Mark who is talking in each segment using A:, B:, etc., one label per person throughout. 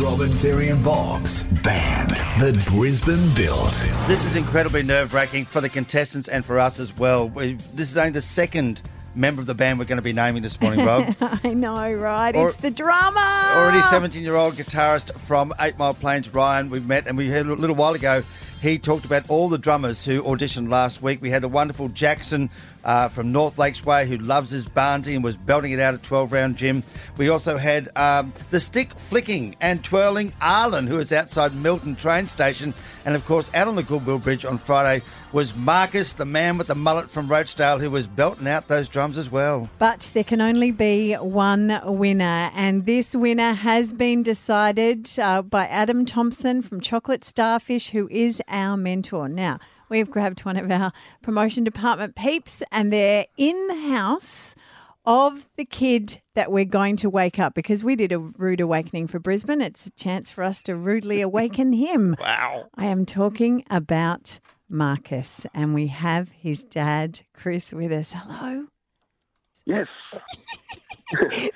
A: Valenteri and Bob's band that Brisbane built.
B: This is incredibly nerve wracking for the contestants and for us as well. We- This is only the second member of the band we're going to be naming this morning, Rob.
C: I know, right?
B: Or-
C: it's the drama.
B: Already 17 year old guitarist from Eight Mile Plains, Ryan, we've met and we heard a little while ago. He talked about all the drummers who auditioned last week. We had the wonderful Jackson uh, from North Lakes Way who loves his Barnsley and was belting it out at 12 round gym. We also had um, the stick flicking and twirling Arlen who is outside Milton train station. And of course, out on the Goodwill Bridge on Friday was Marcus, the man with the mullet from Roachdale who was belting out those drums as well.
C: But there can only be one winner, and this winner has been decided uh, by Adam Thompson from Chocolate Starfish, who is our mentor. Now, we've grabbed one of our promotion department peeps, and they're in the house of the kid that we're going to wake up because we did a rude awakening for Brisbane. It's a chance for us to rudely awaken him.
B: Wow.
C: I am talking about Marcus, and we have his dad, Chris, with us. Hello.
D: Yes.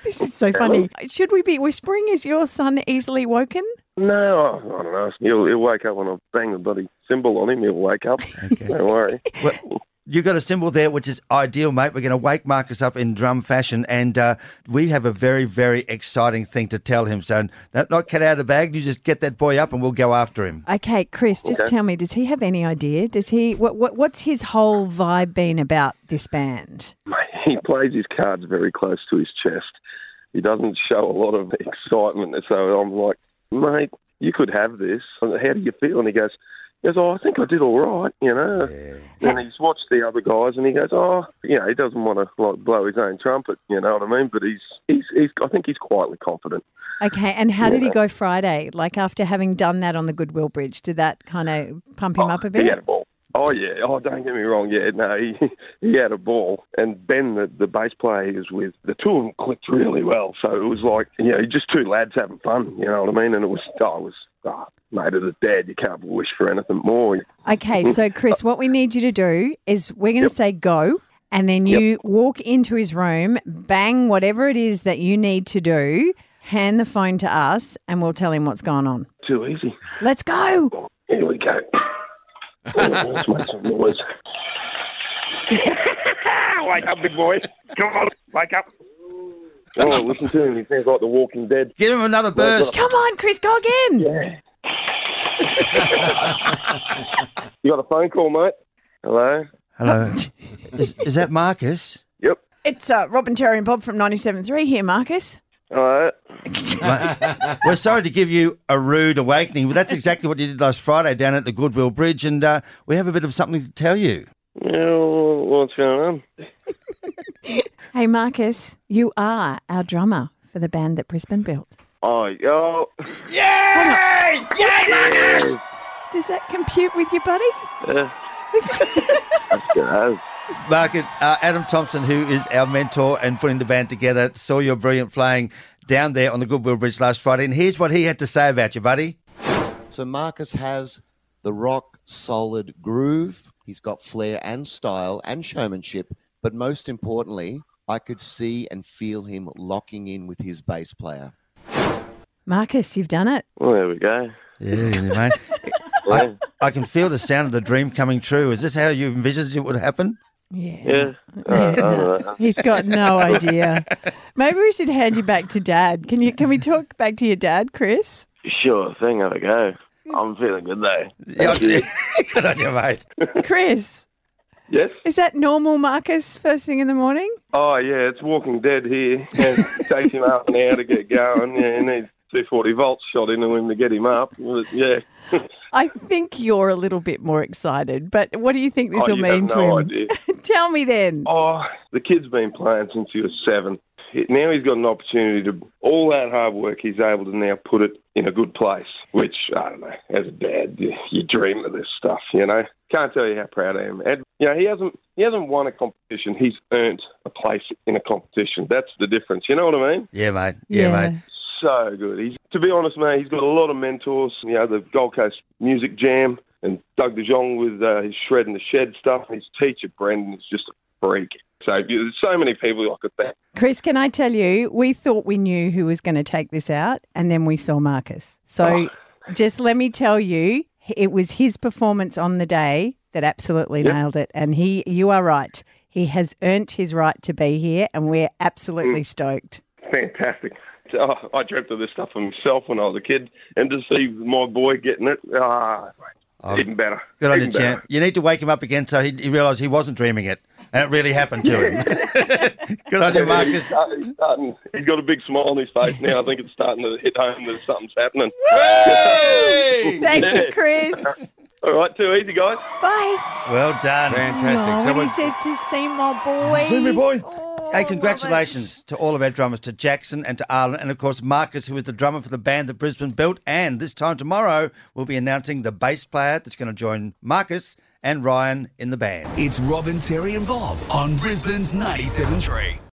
C: This is so funny. Should we be whispering? Is your son easily woken?
D: No, I don't know. He'll, he'll wake up when I bang the bloody cymbal on him. He'll wake up. Don't worry.
B: Well, you got a symbol there, which is ideal, mate. We're going to wake Marcus up in drum fashion, and uh, we have a very, very exciting thing to tell him. So, not, not cat out of the bag. You just get that boy up, and we'll go after him.
C: Okay, Chris, just
D: Okay.
C: tell me, does he have any idea? Does he what, what what's his whole vibe been about this band?
D: Mate, He plays his cards very close to his chest. He doesn't show a lot of excitement. So I'm like, mate, you could have this. I said, How do you feel? And he goes, he goes, oh, I think I did all right, you know. And he's watched the other guys, and he goes, oh, you know, he doesn't want to like blow his own trumpet, you know what I mean? But he's, he's, he's I think he's quietly confident.
C: Okay, and how did he go Friday? Like after having done that on the Goodwill Bridge, did that kind of pump him up a bit?
D: He had a ball. Oh yeah. Oh, don't get me wrong. Yeah, no, he he had a ball. And Ben, the, the bass player, he was with the two of them clicked really well. So it was like you know, just two lads having fun. You know what I mean? And it was, oh, it was, oh, mate, as a dad, you can't wish for anything more.
C: Okay, so Chris, what we need you to do is we're going to say go, and then you walk into his room, bang whatever it is that you need to do, hand the phone to us, and we'll tell him what's going on.
D: Too easy.
C: Let's go.
D: Here we go. Oh, let's make some noise.
E: wake up, big boy. Come on, wake up.
D: Oh, listen to him. He sounds like The Walking Dead.
B: Give him another burst.
C: Come on, Chris, go again.
D: You got a phone call, mate? Hello.
B: Hello. is, is that Marcus?
D: Yep.
C: It's uh, Robin, Terry, and Bob from 97.3 here, Marcus.
D: Hello.
B: We're sorry to give you a rude awakening, but that's exactly what you did last Friday down at the Goodwill Bridge, and uh, we have a bit of something to tell you.
D: Yeah, what's going on?
C: Hey, Marcus, you are our drummer for the band that Brisbane built.
D: Oh, yo.
C: Does that compute with you, buddy?
D: Yeah.
B: Market, uh, Adam Thompson, who is our mentor and putting the band together, saw your brilliant playing down there on the Goodwill Bridge last Friday, and here's what he had to say about you, buddy.
F: So Marcus has the rock solid groove. He's got flair and style and showmanship, but most importantly, I could see and feel him locking in with his bass player.
C: Marcus, you've done it.
D: Well, there we go.
B: Yeah, mate. I, I can feel the sound of the dream coming true. Is this how you envisioned it would happen?
C: Yeah.
D: Yeah. Uh, I don't know.
C: He's got no idea. Maybe we should hand you back to Dad. Can you? Can we talk back to your dad, Chris?
D: Sure thing, have a go. I'm feeling good though.
B: Yeah, Good on you, mate.
C: Chris,
D: Yes?
C: is that normal, Marcus? First thing in the morning?
D: Oh yeah, it's Walking Dead here. Yeah, it takes him half an hour to get going. Yeah, he needs 240 volts shot into him to get him up. But, yeah.
C: I think you're a little bit more excited, but what do you think this
D: oh,
C: will
D: you
C: mean
D: have
C: to him?
D: no idea.
C: Tell me then.
D: Oh, the kid's been playing since he was seven. He- Now he's got an opportunity to all that hard work. He's able to now put it in a good place, which I don't know. As a dad, you, you dream of this stuff, you know. Can't tell you how proud I am. And you know, he hasn't he hasn't won a competition. He's earned a place in a competition. That's the difference. You know what I mean?
B: Yeah, mate. Yeah, mate.
D: So good. He's to be honest, mate. He's got a lot of mentors. You know, the Gold Coast Music Jam and Doug DeJong with uh, his shred and the shed stuff. His teacher Brendan is just a freak. So there's so many people I could thank.
C: Chris, can I tell you, we thought we knew who was going to take this out, and then we saw Marcus. So just let me tell you, it was his performance on the day that absolutely nailed it. And he, you are right. He has earned his right to be here, and we're absolutely stoked.
D: Fantastic. Oh, I dreamt of this stuff for myself when I was a kid, and to see my boy getting it, ah, even better.
B: Oh, Good on
D: even
B: you, champ. You need to wake him up again so he, he realised he wasn't dreaming it and it really happened to him. Good on you,
D: He's,
B: Marcus.
D: start, he's starting. He's got a big smile on his face now. I think it's starting to hit home that something's happening.
B: Hey!
C: Thank you,
D: Yeah.
C: Chris.
D: All right, too easy, guys.
C: Bye.
B: Well done.
C: Oh,
B: Fantastic.
C: when he says to see my boy.
B: See me, boy.
C: Oh, I
B: Hey,
C: love
B: congratulations to all of our drummers, to Jackson and to Arlen, and of course Marcus, who is the drummer for the band that Brisbane built. And this time tomorrow, we'll be announcing the bass player that's going to join Marcus and Ryan in the band.
A: It's Robin, Terry, and Bob on Brisbane's 97.3.